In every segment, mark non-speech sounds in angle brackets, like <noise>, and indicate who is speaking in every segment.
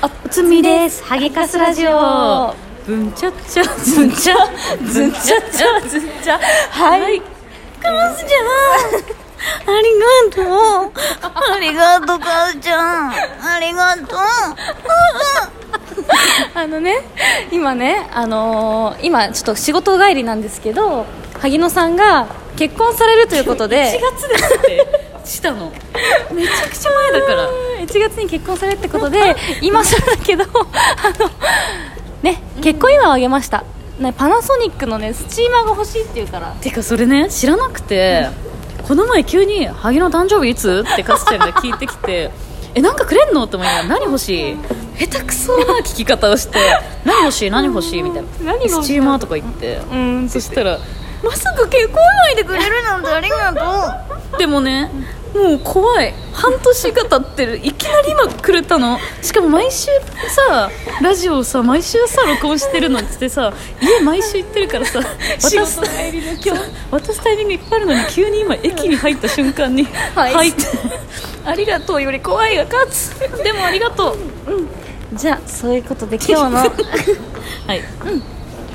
Speaker 1: あつみですハゲカスラジオブンチャッチャズンチャズンチャッチャズンチャはい
Speaker 2: 母ちゃんありがとうありがとう母ちゃんありが
Speaker 3: <laughs>
Speaker 2: とう
Speaker 1: あのね今ねあのー今ちょっと仕事帰りなんですけど萩野さんが結婚されるということで
Speaker 3: 1月ですってしたのめちゃくちゃ前だから
Speaker 1: 1月に結婚されるってことで今更だけどあのね結婚今をあげました、ね、パナソニックのねスチーマーが欲しいっていうから
Speaker 3: てかそれね知らなくて、この前急に「萩の誕生日いつ?」ってカスちゃんが聞いてきて「えなんかくれんの?」って思いながら「何欲しい?」下手くそな聞き方をして「何欲しい何欲しい?」みたいな
Speaker 1: 何が欲しい
Speaker 3: スチーマー」とか言って
Speaker 1: うん
Speaker 3: そしたら
Speaker 2: まさか結婚祝いでくれるなんてありがとう
Speaker 3: でもねもう怖い半年が経ってるいきなり今くれたのしかも毎週さラジオをさ毎週さ録音してるのっつってさ家毎週行ってるから <laughs> さ渡す今日渡すタイミングいっぱいあるのに急に今駅に入った瞬間に「
Speaker 1: はい
Speaker 3: はい」って「ありがとう」より怖いが勝つでもありがとう
Speaker 1: じゃあそういうことで今日の
Speaker 3: はい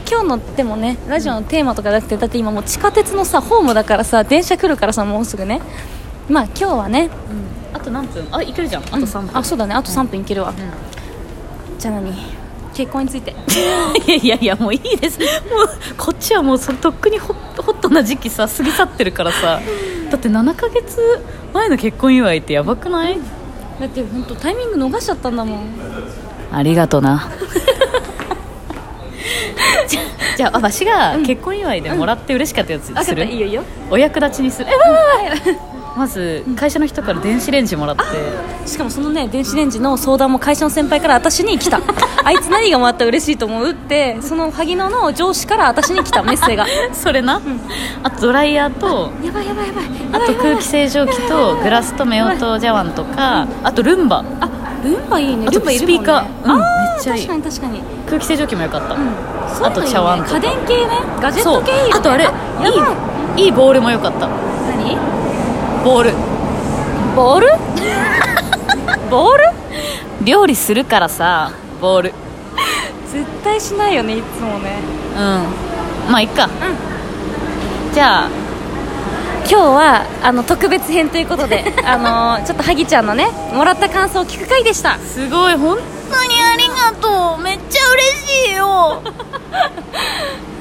Speaker 1: 今日のでもねラジオのテーマとかじゃなくてだって今もう地下鉄のさホームだからさ電車来るからさもうすぐねまあ今日はね
Speaker 3: あと何分あいけるじゃんあと3分、
Speaker 1: あそうだねあと3分いけるわ、じゃあ何結婚について
Speaker 3: <laughs> いやいやいやもういいですもうこっちはもうそとっくにホッホットな時期さ過ぎ去ってるからさだって7ヶ月前の結婚祝いってやばくない
Speaker 1: だって本当タイミング逃しちゃったんだもん
Speaker 3: ありがとな <laughs> じゃああ私が結婚祝いでもらって嬉しかったやつにする、
Speaker 1: いいよいいよ
Speaker 3: お役立ちにするえわわわわまず会社の人から電子レンジもらって
Speaker 1: <laughs> しかもそのね電子レンジの相談も会社の先輩から私に来たあいつ何がもらったら嬉しいと思うってその萩野の上司から私に来たメッセがや
Speaker 3: それな、あとドライヤーと
Speaker 1: ばいやばいやばい
Speaker 3: あと空気清浄機とグラスと目音茶碗とかあとルンバ
Speaker 1: あルンバいいね
Speaker 3: あ
Speaker 1: ル
Speaker 3: と
Speaker 1: ンバい
Speaker 3: ス
Speaker 1: る
Speaker 3: ピ
Speaker 1: もん
Speaker 3: ー
Speaker 1: ね
Speaker 3: カー、うんめっちゃ
Speaker 1: 確
Speaker 3: いい
Speaker 1: かに確かに
Speaker 3: 空気清浄機もよかっ
Speaker 1: そ
Speaker 3: た、
Speaker 1: ういうのいいね
Speaker 3: あと茶碗とか
Speaker 1: 家電系ねガジェッ
Speaker 3: そう
Speaker 1: ト系いいよね
Speaker 3: あとあれ
Speaker 1: やば
Speaker 3: いいいいボールもよかった
Speaker 1: い何
Speaker 3: ボール
Speaker 1: ボール <laughs> ボール
Speaker 3: 料理するからさボール
Speaker 1: 絶対しないよねいつもね
Speaker 3: うんまあいっか、じゃあ
Speaker 1: 今日はあの特別編ということで <laughs> あのーちょっと萩ちゃんのねもらった感想を聞く回でした
Speaker 3: すごい本
Speaker 2: 何ありがとうめっちゃ嬉しいよ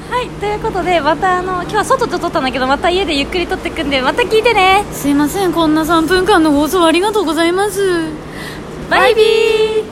Speaker 1: はいということでまたあの今日は外で撮ったんだけどまた家でゆっくり撮ってくんでまた聞いてね
Speaker 3: すいませんこんな3分間の放送ありがとうございます
Speaker 1: バイビー